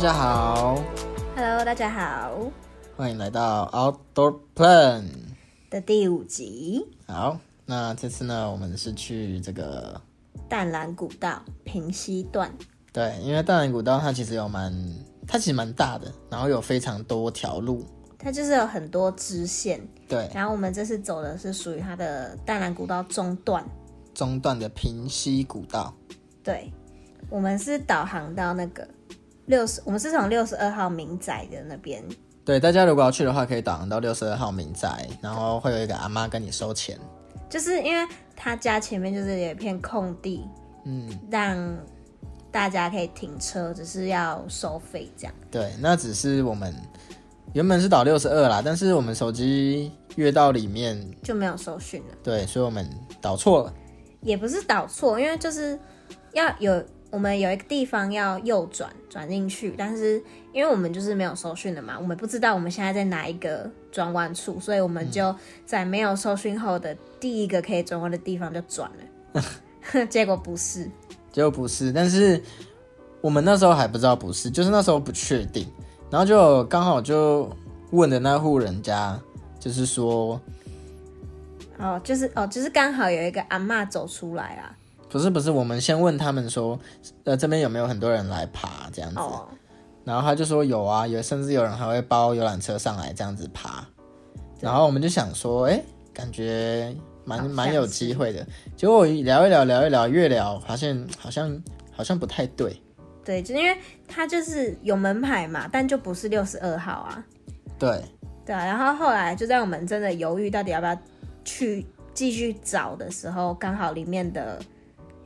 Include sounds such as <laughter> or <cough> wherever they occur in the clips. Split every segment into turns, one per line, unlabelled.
家好，
Hello，大家好
欢迎来到 Outdoor Plan。
的第五集
好，那这次呢，我们是去这个
淡蓝古道平溪段，
对，因为大人古道它其实有蛮，它其实蛮大的，然后有非常多条路，
它就是有很多支线，
对，
然后我们这次走的是属于它的淡蓝古道中段，
中段的平溪古道，
对，我们是导航到那个六十，我们是从六十二号民宅的那边，
对，大家如果要去的话，可以导航到六十二号民宅，然后会有一个阿妈跟你收钱，
就是因为他家前面就是有一片空地，
嗯，
让大家可以停车，只是要收费这样。
对，那只是我们原本是导六十二啦，但是我们手机越到里面，
就没有收讯了，
对，所以我们导错了，
也不是导错，因为就是要有我们有一个地方要右转转进去，但是因为我们就是没有收讯的嘛，我们不知道我们现在在哪一个转弯处，所以我们就在没有收讯后的第一个可以转弯的地方就转了， <laughs> 结果不是，
结果不是，但是我们那时候还不知道不是，就是那时候不确定，然后就刚好就问的那户人家，就是说
哦，就是哦，就是刚好有一个阿嬷走出来啊，
不是不是，我们先问他们说，呃，这边有没有很多人来爬这样子，
哦，
然后他就说有啊，有甚至有人还会包游览车上来这样子爬，然后我们就想说，哎，感觉
好
蛮
像
蛮有
是
机会的，结果聊一聊聊一聊，越聊发现好像好像不太对。
对，就是因为它就是有门牌嘛，但就不是六十二号啊，
对，
对啊，然后后来就在我们真的犹豫到底要不要去继续找的时候，刚好里面的，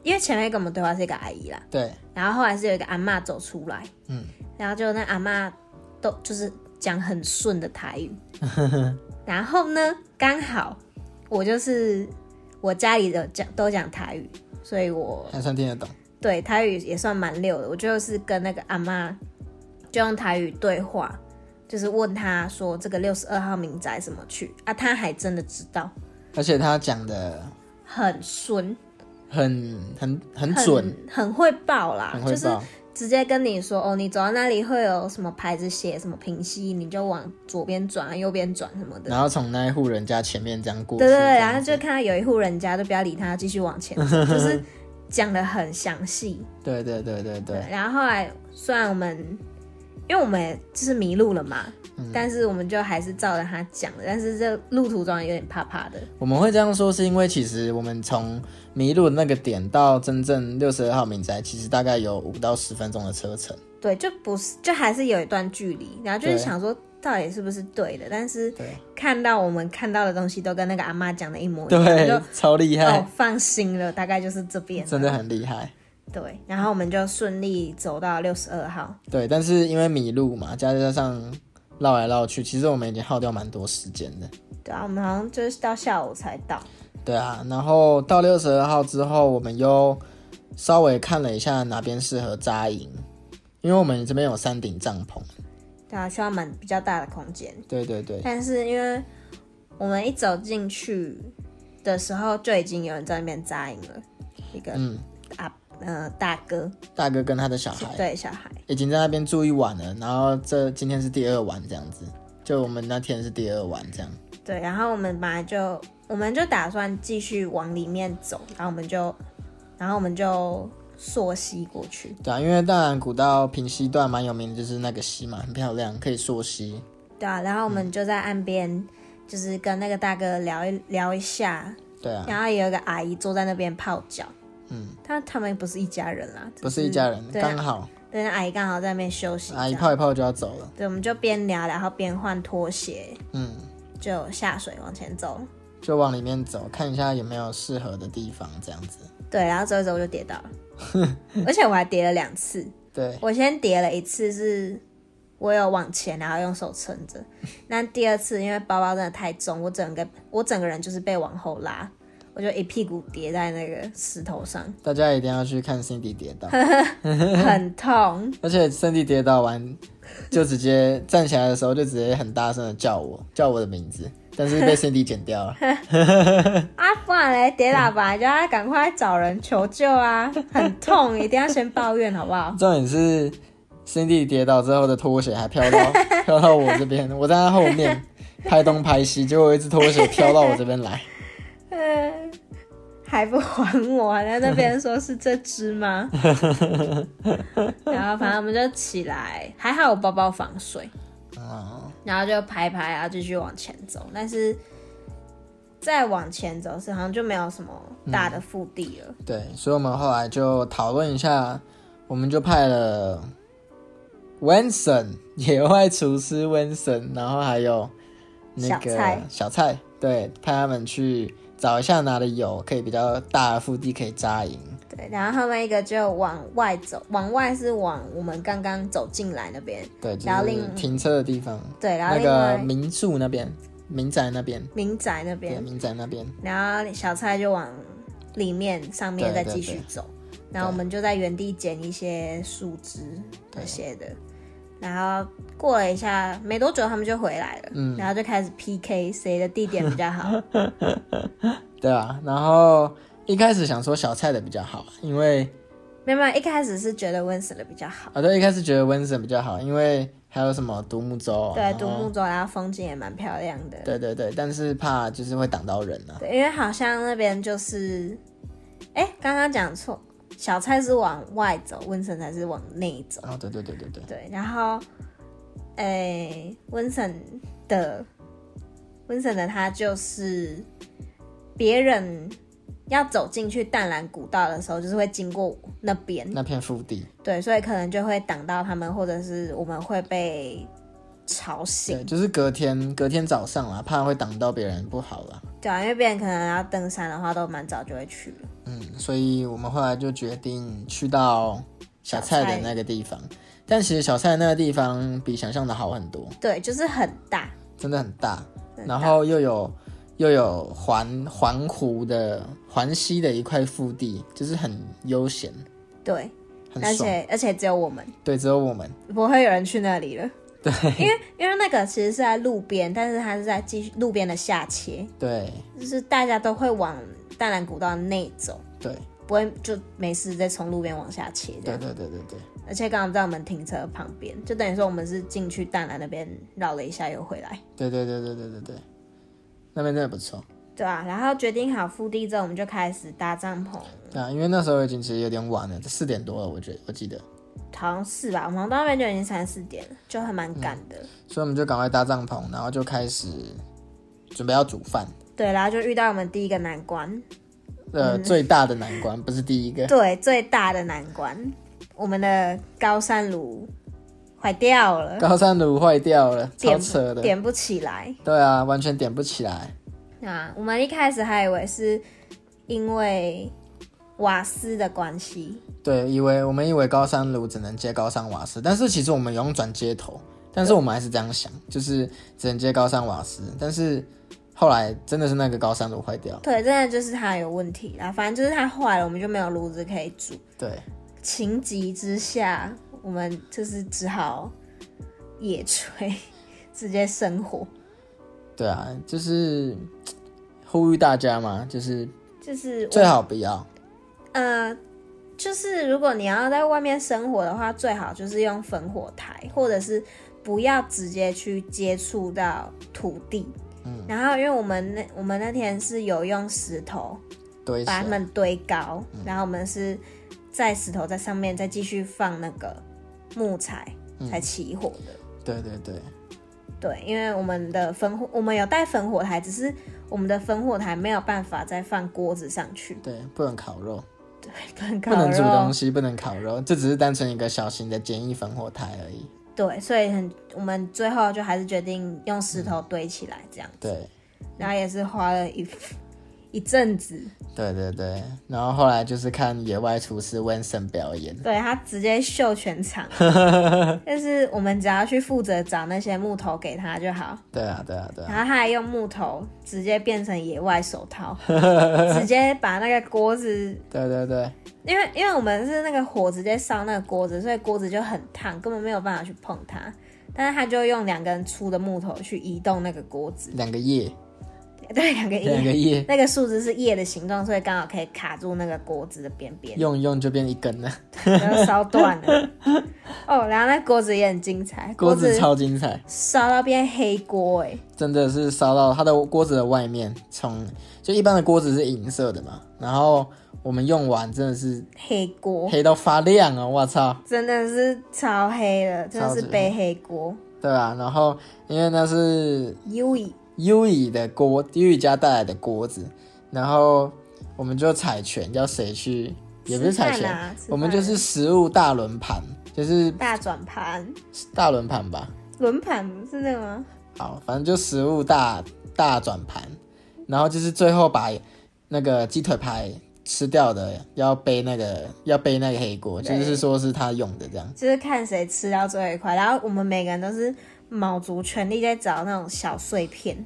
因为前面跟我们对话是一个阿姨啦，
对，
然后后来是有一个阿嬷走出来，
嗯，
然后就那阿嬷都就是讲很顺的台语，然后呢，刚好我就是我家里的讲都讲台语，所以我
还算听得懂。
对台语也算蛮溜的，我就是跟那个阿妈就用台语对话，就是问她说这个六十二号民宅怎么去啊，她还真的知道，
而且他讲的
很顺，
很很很准，
很，很会报啦，
很
就
会
是
报。
直接跟你说哦，你走到那里会有什么牌子写什么平息，你就往左边转、右边转什么的。
然后从那一户人家前面这样过去，
对对
这
对，啊
样
然后就看到有一户人家就不要理他，继续往前走，就是讲的很详细。
对对对对对，
然后后来虽然我们，因为我们也就是迷路了嘛，
嗯
但是我们就还是照着他讲的，但是这路途中有点怕怕的。
我们会这样说，是因为其实我们从迷路的那个点到真正六十二号民宅，其实大概有五到十分钟的车程。
对，就不是，就还是有一段距离，然后就是
对
想说到底是不是对的，但是
对
看到我们看到的东西都跟那个阿妈讲的一模一样，
对
就，
超厉
哦
害，
放心了，大概就是这边了
真的很厉害。
对，然后我们就顺利走到六十二号，
对，但是因为迷路嘛，加加上绕来绕去，其实我们已经耗掉蛮多时间的。
对啊，我们好像就是到下午才到，
对啊，然后到六十二号之后，我们又稍微看了一下哪边适合扎营，因为我们这边有三顶帐篷。
对啊，需要蛮比较大的空间。
对对对，
但是因为我们一走进去的时候，就已经有人在那边扎营了，一个
嗯，
啊呃大哥
大哥跟他的小孩哎
对小孩，
已经在那边住一晚了，然后这今天是第二晚这样子，就我们那天是第二晚这样。
对，然后我们本来就我们就打算继续往里面走，然后我们就然后我们就溯溪过去，
对啊，因为大然古道平溪段蛮有名的，就是那个溪嘛，很漂亮，可以溯溪。
对啊，然后我们就在岸边。就是跟那个大哥聊一聊一下，
对啊，
然后有一个阿姨坐在那边泡脚，
嗯，
但他们不是一家人啦，
不是一家人，
对啊
刚好
对，那阿姨刚好在那边休息，
阿
这
姨
样
泡一泡就要走了。
对，我们就边聊，然后边换拖鞋，
嗯，
就下水往前走。
就往里面走，看一下有没有适合的地方这样子。
对，然后走一走我就跌倒了，而且我还跌了两次。
对，
我先跌了一次是，我有往前，然后用手撑着。那第二次因为包包真的太重，我整个我整个人就是被往后拉，我就一屁股跌在那个石头上，
大家一定要去看 Cindy 跌倒， <laughs>
很痛。
而且 Cindy 跌倒完就直接 <laughs> 站起来的时候就直接很大声的叫我，叫我的名字，但是被 Cindy 剪掉了。
啊，不然嘞，跌倒吧，就要赶快找人求救啊，很痛，一定要先抱怨好不好？
重点是 Cindy 跌倒之后的拖鞋还飘到飘到我这边，我在她后面拍东拍西，结果有一只拖鞋飘到我这边来。
呃，还不还我、 <laughs> 啊，在那边说是这只
<laughs>
吗？然后反正我们就起来，还好我包包防水，
啊，
然后就拍拍，啊然后继续往前走。但是再往前走是好像就没有什么大
嗯
的腹地了。
对，所以我们后来就讨论一下，我们就派了 Wenson <laughs> 野外厨师 Wenson，然后还有那个
小蔡
小蔡，对，派他们去找一下哪里有可以比较大的腹地可以扎营。
对，然后他们一个就往外走，往外是往我们刚刚走进来那边。
对，就
然后
是
另
停车的地方，
对，然后
那
另外
个民宿那边，民宅那边，
民宅那
对，
边，
民宅那边，
然后小蔡就往里面上面
对
再
对
继续
对
走，然后我们就在原地捡一些树枝那些的，然后过了一下没多久他们就回来了，
嗯
然后就开始 PK 谁的地点比较
<laughs>
好，
对啊。然后一开始想说小菜的比较好，因为
没有没有，一开始是觉得温死的比较好，
啊，对，一开始觉得温森比较好，因为还有什么独木舟，啊
对
然，后
独木舟然后风景也蛮漂亮的，
哦对对对，但是怕就是会挡到人啊。
对，因为好像那边就是，哎、刚刚讲错，小蔡是往外走，温森才是往内走。
哦，对对对对对，
对，然后，诶、温森的温森的他就是别人要走进去淡蓝古道的时候，就是会经过那边，
那片腹地，
对，所以可能就会挡到他们，或者是我们会被吵醒，
对，就是隔天隔天早上啦，怕会挡到别人不好啦。
对啊，因为别人可能要登山的话，都蛮早就会去了。
嗯，所以我们后来就决定去到小菜的那个地方，但其实小菜那个地方比想象的好很多，
对，就是很大，
真的很大，
很
然
大
后又有又有环环湖的环西的一块腹地，就是很悠闲，
对，
很
而
爽。
且而且只有我们。
对，只有我们，
不会有人去那里了。对，因为因为那个其实是在路边，但是它是在继续路边的下切，
对
就是大家都会往淡蓝古道内走，
对
不会就没事再从路边往下切这
对
样。
对对对对。
而且刚刚在我们停车旁边，就等于说我们是进去淡蓝那边绕了一下又回来。
对对对对对对对，那边真的不错。
对啊，然后决定好腹地之后，我们就开始搭帐篷，
对啊，因为那时候已经其实有点晚了，四点多了，我觉得我记得，
好像是吧？我们到那边就已经三四点了，就还蛮赶的。
所以我们就赶快搭帐篷，然后就开始准备要煮饭。
对，然后就遇到我们第一个难关，
呃，
嗯
最大的难关不是第一个， <laughs>
对，最大的难关，我们的高山炉坏掉了，
高山炉坏掉了，超
点
扯的。
点不起来。
对啊，完全点不起来。
啊，我们一开始还以为是因为瓦斯的关系，
对，以为我们以为高山炉只能接高山瓦斯，但是其实我们有用转接头，但是我们还是这样想，就是只能接高山瓦斯。但是后来真的是那个高山炉坏掉，
对，真的就是它有问题啦。反正就是它坏了，我们就没有炉子可以煮。
对，
情急之下，我们就是只好野炊， <laughs> 直接生火，
对啊，就是呼吁大家嘛，就是
就是
最好不要。
呃，就是如果你要在外面生活的话，最好就是用烽火台，或者是不要直接去接触到土地。嗯，然后因为我们那我们那天是有用石头
堆起
把它
来，
们堆高，
嗯
然后我们是在石头在上面再继续放那个木材
嗯
才起火的。
对对对，
对，因为我们的烽火，我们有带烽火台，只是我们的烽火台没有办法再放锅子上去，
对，不能烤肉，
<laughs> 不能
不
烤
能煮
肉
东西，不能烤肉，这只是单纯一个小型的简易烽火台而已。
对，所以很，我们最后就还是决定用石头堆起来这样，
对
然后也是花了一一阵子，
对对对，然后后来就是看野外厨师 Wenson 表演，
对他直接秀全场，但是我们只要去负责找那些木头给他就好，
对啊对啊对啊，
然后他还用木头直接变成野外手套，直接把那个锅子，
对对对
因为因为我们是那个火直接烧那个锅子，所以锅子就很烫，根本没有办法去碰它，但是他就用两根粗的木头去移动那个锅子。
两个夜，
对，两个
两
叶，
个叶
那个树枝是叶的形状，所以刚好可以卡住那个锅子的边边，
用一用就变一根了，
然后烧断
<laughs>
了。哦，然后那锅子也很精彩，
锅
锅
子
子
超精彩。
烧到变黑锅哎、
真的是烧到它的锅子的外面，从就一般的锅子是银色的嘛，然后我们用完真的是
黑锅
黑到发亮啊！我操，
真的是超黑了，真的
超
是
级
背黑锅。
对啊，然后因为那是
U E
优以的锅，优以家带来的锅子，然后我们就踩拳，要谁去，也不是踩
吃
拳，
饭啊吃饭
我们就是食物大轮盘，就是
大转盘，
大轮盘吧，
轮盘不是那个吗？
好，反正就食物大大转盘，然后就是最后把那个鸡腿排吃掉的要背那个要背那个黑锅，就
对
是说是他用的这样，
就是看谁吃到最后一块，然后我们每个人都是卯足全力在找那种小碎
<laughs>
片，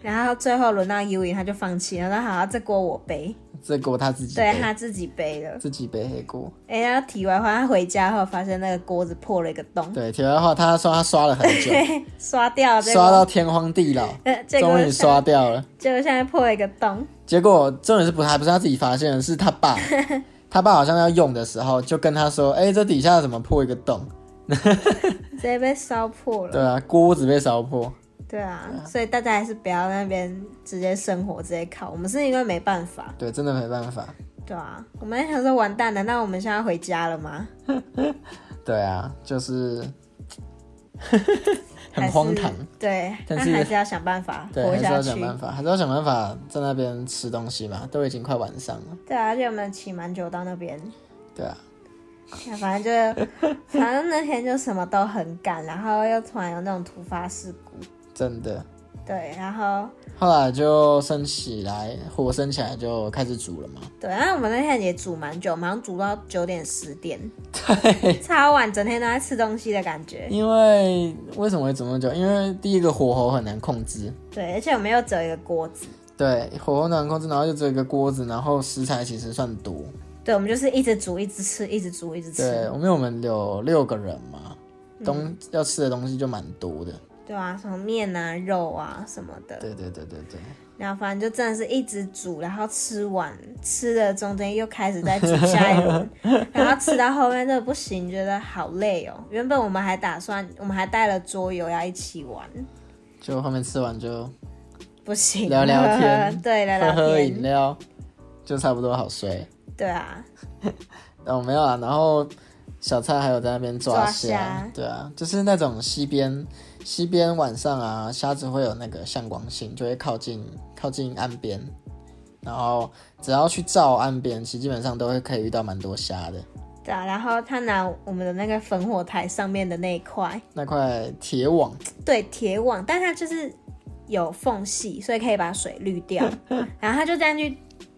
然后最后轮到 U E 他就放弃了，然后好，这锅我背，
这锅他自己
对
背
他自己背了。
自己背黑锅。
哎、然后题外话，他回家后发现那个锅子破了一个洞，
对，题外话，他说他刷了很
<laughs>
久，
刷掉了这
刷
个，
到天荒地老，
呃，结果
终于刷掉了。
结果现在破了一个洞，
结果重点是不还不是他自己发现的，是他
<laughs>
爸，他爸好像要用的时候就跟他说，哎、这底下怎么破一个洞？
直接被烧破了。
对啊，锅子被烧破。
对啊，所以大家还是不要在那边直接生活，直接烤。我们是因为没办法，
对，真的没办法。
对啊，我们还想说完蛋了，那我们现在回家了吗？
对啊，就是 <laughs> 很
还是
荒唐，，
对，
但
那
是
还是要想办法
对，
活
还是
下
要
去
想。办法，还是要想办法在那边吃东西嘛，都已经快晚上了，
对啊，而且我们骑蛮久到那边，
对啊，
那反正就反正那天就什么都很赶，然后又突然有那种突发事故，
真的。
对，然后
后来就升起来，火升起来就开始煮了嘛，
对，然后我们那天也煮蛮久，马上煮到九点十点，对，超晚，整天都在吃东西的感觉。
因为为什么会煮那么久？因为第一个火候很难控制，
对，而且我们又只有一个锅子，
对，火候难控制，然后又只有一个锅子，然后食材其实算多，
对，我们就是一直煮，一直吃，一直煮，一直吃，
对，因为我们有六个人嘛，东、要吃的东西就蛮多的，
对啊，什么面啊、肉啊什么的，
对对对对对。
然后反正就真的是一直煮，然后吃完吃的中间又开始再煮下
<laughs>
一轮，然后吃到后面真的不行，觉得好累哦。原本我们还打算，我们还带了桌游要一起玩，
就后面吃完就
不行，
聊聊天
<laughs> 对，聊
喝
聊
喝饮
天，
料，就差不多好睡。
对啊，
哦，没有啊，然后小蔡还有在那边抓
抓虾
对啊，就是那种溪边，溪边晚上啊，虾子会有那个向光性，就会靠近靠近岸边，然后只要去照岸边，其实基本上都会可以遇到蛮多虾的。
对啊。然后他拿我们的那个烽火台上面的那一块，
那块铁网，
对铁网，但它就是有缝隙，所以可以把水滤掉。
<laughs>
然后他就这样去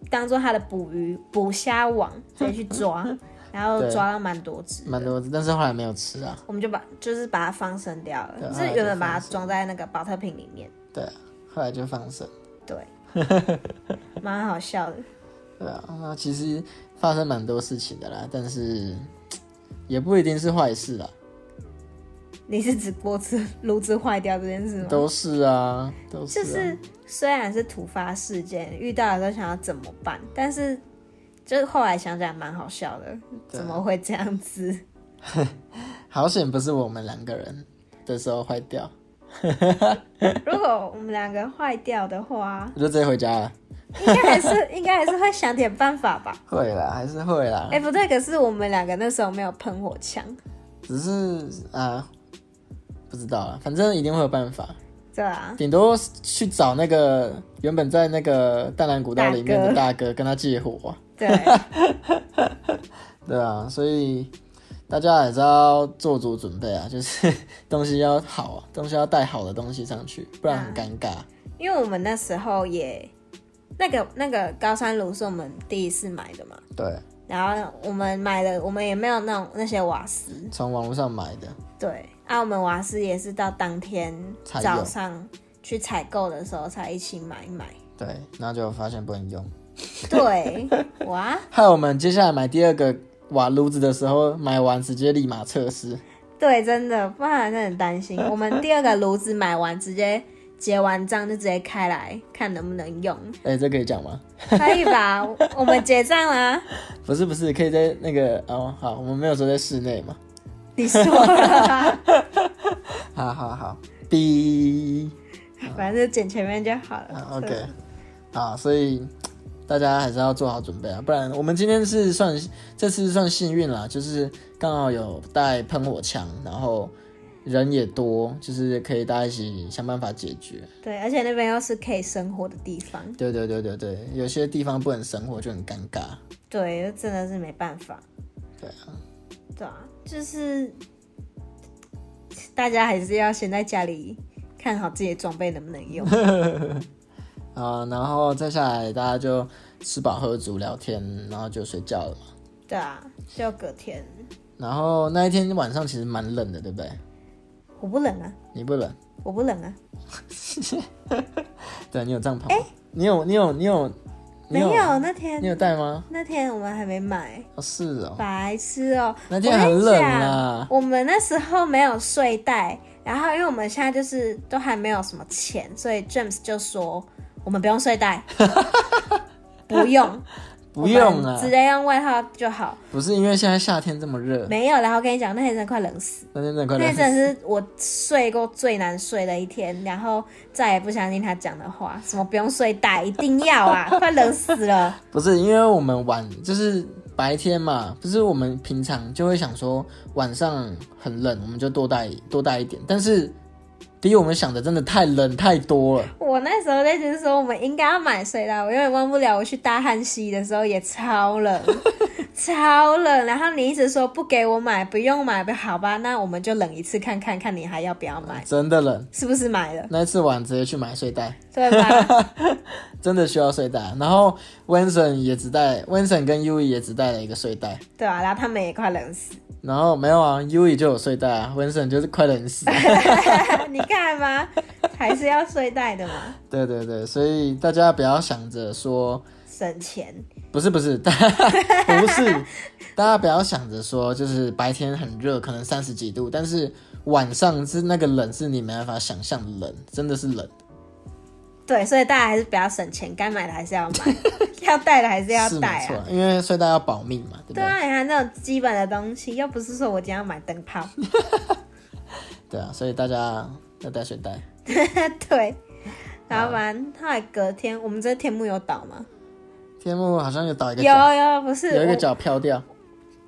当做他的捕鱼捕虾网，直接去
<laughs>
抓，然后
对
抓到蛮多只的。
蛮多，但是后来没有吃啊。
我们就把就是把它放生掉了，
对
就
后
是
来就
原本把它
放生
装在那个保特瓶里面，
对啊，后来就放生。 <laughs>
对，蛮好笑的。
对啊，那其实发生蛮多事情的啦，但是也不一定是坏事啦，
你是指锅子炉子坏掉这件事吗？
都是啊，都是、
就
啊。
是虽然是突发事件，遇到的时候想要怎么办，但是就是后来想起来蛮好笑的，
对啊
怎么会这样子？ <laughs>
好险不是我们两个人的时候坏掉，
如果我们两个坏掉的话，
我就直接回家了。
应该
<laughs>
还是应该还是会想点办法吧。
会啦，还是会啦，
哎、不对，可是我们两个那时候没有喷火枪，
只是啊，不知道啦，反正一定会有办法，
对啊，
顶多去找那个原本在那个淡蓝古道里面的大哥，跟他借火、啊。
对，
<laughs> 对啊，所以大家也是要做足准备啊，就是 <laughs> 东西要好啊，东西要带好的东西上去，不然很尴尬。
因为我们那时候也那个那个高山炉是我们第一次买的嘛，
对，
然后我们买了，我们也没有那种那些瓦斯，
从网络上买的，
对，啊，我们瓦斯也是到当天
才有
早上去采购的时候才一起买一买。
对，然后就发现不能用，
对，哇，
害我们接下来买第二个瓦炉子的时候，买完直接立马测试，
对，真的，不然真的很担心。我们第二个炉子买完，直接结完账就直接开来看能不能用，
哎、这可以讲吗？
可以吧？我我们结账啦，
不是不是，可以在那个哦，好，我们没有说在室内嘛。
你说了吧，
好好好，哔
反正就剪前面就好了
啊。，OK，啊，所以大家还是要做好准备啊，不然我们今天是算这次算幸运啦，就是刚好有带喷火枪，然后人也多，就是可以大家一起想办法解决。
对，而且那边又是可以生活的地方，
对对对对对，有些地方不能生活就很尴尬。
对，就真的是没办法。
对啊，
对啊，就是大家还是要先在家里看好自己的装备能不能
<laughs>
用。
啊，然后再下来大家就吃饱喝足聊天，然后就睡觉了嘛。
对啊，就隔天
然后那一天晚上其实蛮冷的，对不对？
我不冷啊，
你不冷？
我不冷啊，
对，你有帐篷吗？你有你有你有你
没
有
有那
你
天
有带吗？
那天我们还没买，
哦，是哦，
白痴哦、
那天很
我
冷
跟你
啊
讲，。我们那时候没有睡袋，然后因为我们现在就是都还没有什么钱，所以 James 就说我们不用睡
<laughs>
袋，不用，
不用
我们
啊
直，接用外套就好。
不是因为现在夏天这么热，
没有，然后我跟你讲，那天真的快冷死，
那天真的快
那
冷
天真的是我睡过最难睡的一天，然后再也不相信他讲的话，什么不用睡袋，一定
<laughs>
要啊，快冷死了。
不是因为我们晚就是白天嘛，不是我们平常就会想说晚上很冷，我们就多带多带一点，但是比我们想的真的太冷太多了。
我那时候在直说我们应该要买睡袋，我永远忘不了我去大汉溪的时候也
<laughs>
超冷，超冷。然后你一直说不给我买，不用买，不好吧？那我们就冷一次看看，看你还要不要买，
真的冷，
是不是买了？
那一次晚直接去买睡袋，<laughs>
对吧？
真的需要睡袋。然后 Winson 也只带，Winson 跟 U E 也只带了一个睡袋，
对啊，然后他们也快冷死，
然后没有啊，U E 就有睡袋啊，Winson 就是快冷死。
<laughs> 你看吧，还是要睡袋的嘛，
对对对，所以大家不要想着说，
省钱。
不是不是， <laughs> 大家不是，大家不要想着说，就是白天很热，可能三十几度，但是晚上是那个冷，是你没办法想象的冷，真的是冷，
对，所以大家还是不要省钱，该买的还是
<laughs>
要买，要带的还是要
是
带
没
啊。
错，因为睡袋要保命嘛，对不对？
对啊，你看那种基本的东西，又不是说我今天要买灯
<laughs>
泡。
对啊，所以大家要带睡袋。
对，然后反正后来隔天，我们这天幕有倒吗？
天幕好像有倒一个
有
脚，
有，不是
有一个
我
脚飘掉，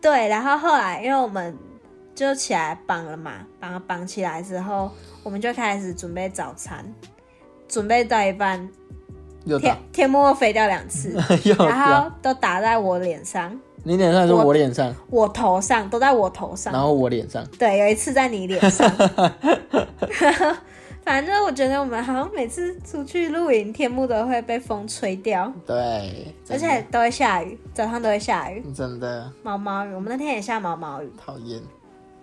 对，然后后来因为我们就起来绑了嘛，把它绑起来之后，我们就开始准备早餐，准备到一半，
又
天
倒，
天幕又飞掉两次，
<laughs> 又
然
掉。
后都打在我脸上，
你脸上还是我脸上，
我头上，都在我头上
然。后我脸上，
对，有一次在你脸
<laughs>
上。反正我觉得我们好像每次出去露营，天幕都会被风吹掉，
对，
而
真的
且都会下雨，早上都会下雨，
真的
毛毛雨。我们那天也下毛毛雨，
讨厌，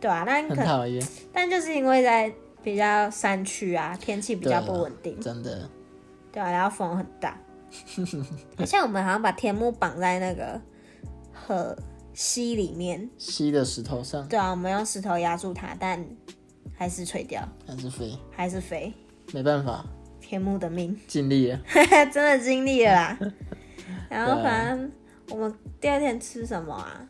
对啊，但
很
可
讨厌，
但就是因为在比较山区啊，天气比较不稳定，
真的。
对啊，然后风很
<laughs>
大，而且我们好像把天幕绑在那个河溪里面，
吸的石头上
对啊，我们用石头压住它，但还是吹掉，
还是飞，
还是飞，
没办法，
天幕的命。 <laughs>
尽力了。
真的经历了
<laughs>
啦。然后反正我们第二天吃什么啊？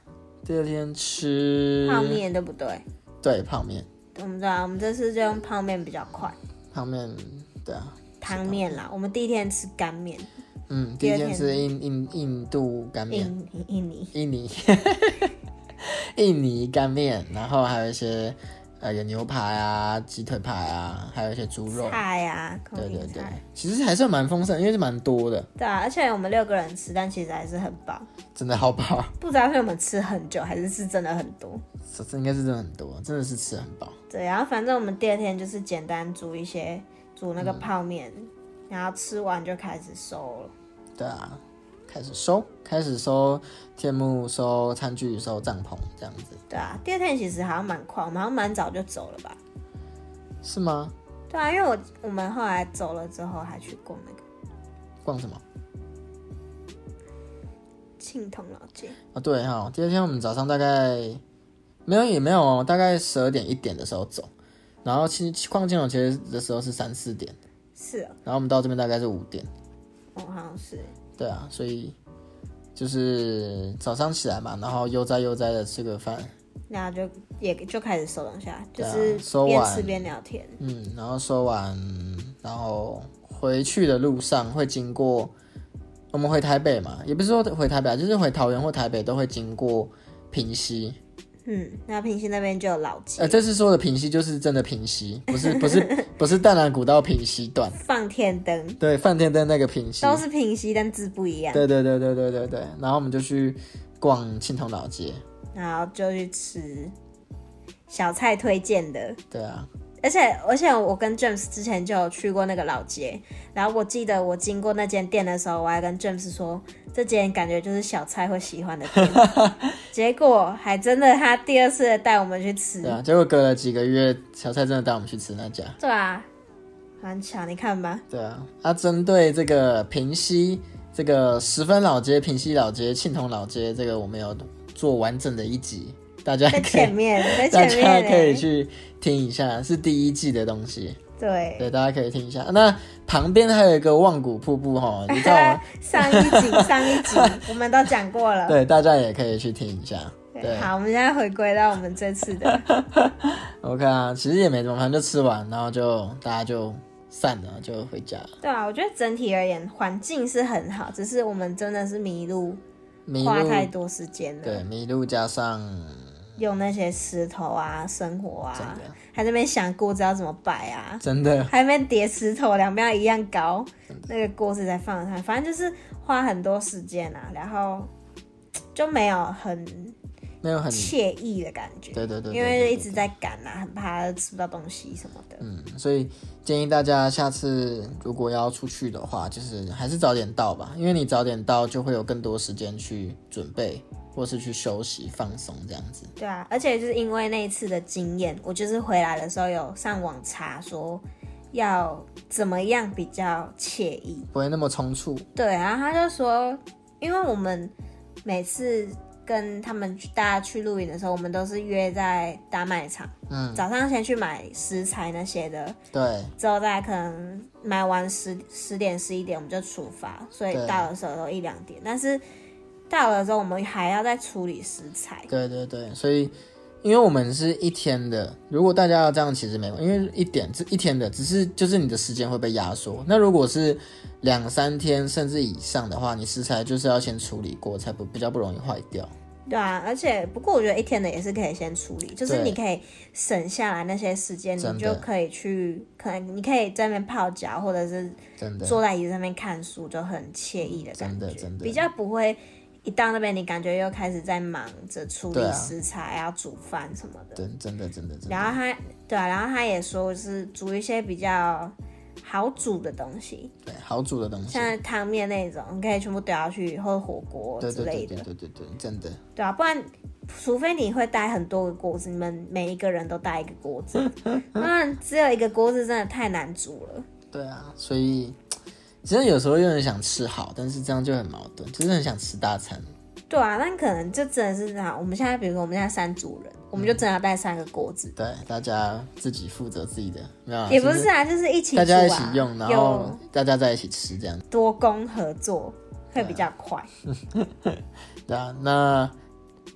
第二天吃
泡，面对不对？
对，泡面，
我们知道，我们这次就用泡面比较快，
泡面，对啊，
汤面啦。我们第一天吃干面，
嗯，第
第
一
二
天
天
吃印印印度干面，
印印尼
印尼， <laughs> 印尼干面，然后还有一些呃有牛排啊、鸡腿排啊，还有一些猪肉，
菜啊，空
对对
心
对
菜，，
其实还算蛮丰盛，因为是蛮多的，
对啊。而且我们六个人吃，但其实还是很饱。
真的好饱，
不知道是我们吃很久，还是是真的很多。
这这应该是真的很多，真的是吃很饱，
对，然后反正我们第二天就是简单煮一些，煮那个
嗯
泡面，然后吃完就开始收了。
对啊。开始收，开始收天幕，收餐具，收帐篷，这样子
对啊，第二天其实好像蛮快，我们好像蛮早就走了吧。
是吗？
对啊，因为我我们后来走了之后，还去逛那个
逛什么？
庆同老街。
啊，对哈、第二天我们早上大概没有也没有哦，大概十二点一点的时候走，然后去去逛金融街的时候是三四点，
是哦，
然后我们到这边大概是五点，
哦好像是，
对啊，所以就是早上起来嘛，然后悠哉悠哉的吃个饭，
那就也就开始收拢下，就
对啊
是
收
边
完
吃边聊天，
嗯，然后收完，然后回去的路上会经过，我们回台北嘛，也不是说回台北啊，就是回桃园或台北都会经过平溪。
嗯，那平溪那边就有老街
呃，，这次说的平溪就是真的平溪，不
<laughs>
是不是不是淡蓝古道平溪段，
放天灯
对，饭店的那个平溪。
都是平溪，但字不一样，
对对对对对对对，然后我们就去逛青铜老街，
然后就去吃小菜推荐的，
对啊，
而且而且我跟 James 之前就有去过那个老街，然后我记得我经过那间店的时候，我还跟 James 说，这间感觉就是小蔡会喜欢的
<laughs>
店，结果还真的他第二次带我们去吃，
对啊，结果隔了几个月，小蔡真的带我们去吃那家。
对啊，很巧，你看吧，
对啊，那、针对这个平西这个十分老街、平西老街、庆同老街，这个我们有做完整的一集，大家
在
可
前
以
面，在
大
前
家
面、
可以
欸，
去听一下，是第一季的东西，
对，
对，大家可以听一下。啊那旁边还有一个望古瀑布
<laughs>
哈，你知道吗？
上一集上一集我们都讲过
<laughs>
了，
对，大家也可以去听一下。对
好，我们现在回归到我们这次的，
，OK 啊，其实也没怎么，反正就吃完，然后就大家就散了，就回家了。
对啊，我觉得整体而言环境是很好，只是我们真的是迷路。
迷
花
路，
太多时间了，
对，迷路加上
用那些石头啊、生活
真
啊
的，
还在那边想锅子要怎么摆啊，
<laughs> 真的
还没叠石头，两边要一样高，那个锅子才放得上，反正就是花很多时间啊，然后就没有很
没有很
惬意的感觉，
对对对对
因
对
为
对
一直在赶啊，很怕吃不到东西什么的，
嗯，所以建议大家下次如果要出去的话，就是还是早点到吧，因为你早点到就会有更多时间去准备，或是去休息放松这样子。
对啊，而且就是因为那一次的经验，我就是回来的时候有上网查说要怎么样比较惬意，
不会那么冲促，
对，然后他就说，因为我们每次跟他们去大家去露营的时候，我们都是约在大卖场，
嗯，
早上先去买食材那些的，
对
之后再可能买完十十点十一点我们就出发，所以
对
到的时候都一两点，但是到了之后我们还要再处理食材，
对对对，所以因为我们是一天的，如果大家要这样，其实没有，因为一点是一天的，只是就是你的时间会被压缩。那如果是两三天甚至以上的话，你食材就是要先处理过，才不比较不容易坏掉。
对啊，而且不过我觉得一天的也是可以先处理，就是
对
你可以省下来那些时间，
真的
你就可以去，可能你可以在那边泡脚，或者是
真的，
坐在椅子上面看书，就很惬意的感
真
觉，
的真的
比较不会一到那边你感觉又开始在忙着处
对啊
理食材、要煮饭什么的。
真真的真的真的。
然后他对啊、然后他也说是煮一些比较好煮的东西，
对，好煮的东西。
像汤面那种，你可以全部丢下去，或者火锅
对
之
对
类
对
的，
对对对对，真的
对啊，不然。除非你会带很多个锅子，你们每一个人都带一个锅子， <laughs> 那只有一个锅子真的太难煮了。
对啊，所以其实有时候又很想吃好，但是这样就很矛盾，就是很想吃大餐。
对啊，那可能就真的是这样。我们现在比如说我们现在三组人，我
嗯
们就真的要带三个锅子，
对，大家自己负责自己的，没有啊，
也不
就是
啊，就是一起、煮
大
啊，
家一起用，然后
有
大家在一起吃这样。
多工合作会比较快。
对啊，那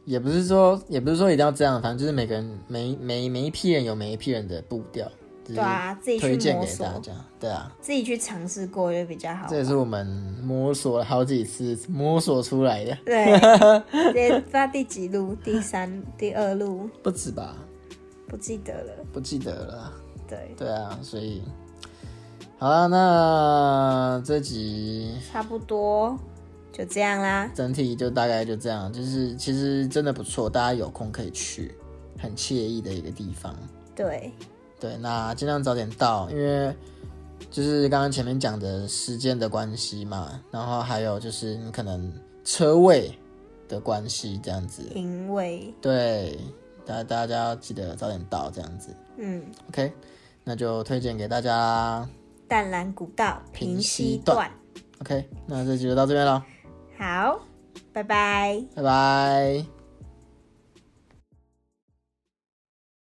也不是说也不是说一定要这样，反正就是每个人每每每一批人有每一批人的步调，只
对
是
啊，自己
推
去
荐
摸
给
索
大，家。对啊，
自己去尝试过就比较好
这。也是我们摸索了好几次摸索出来的， <laughs>
对，这不知道第几路，第三、第二路
不止吧？
不记得了。
不记得了。
对，
对啊，所以好啦，那这集
差不多就这样啦。
整体就大概就这样，就是其实真的不错，大家有空可以去，很惬意的一个地方。
对，
对，那尽量早点到，因为就是刚刚前面讲的时间的关系嘛，然后还有就是你可能车位的关系这样子，
因为
对，大大家要记得早点到这样子
嗯，
，OK，那就推荐给大家啦
淡蓝古道
平
平
溪
溪
段
段。
，OK，那这集就到这边了。
好，拜拜。
拜拜。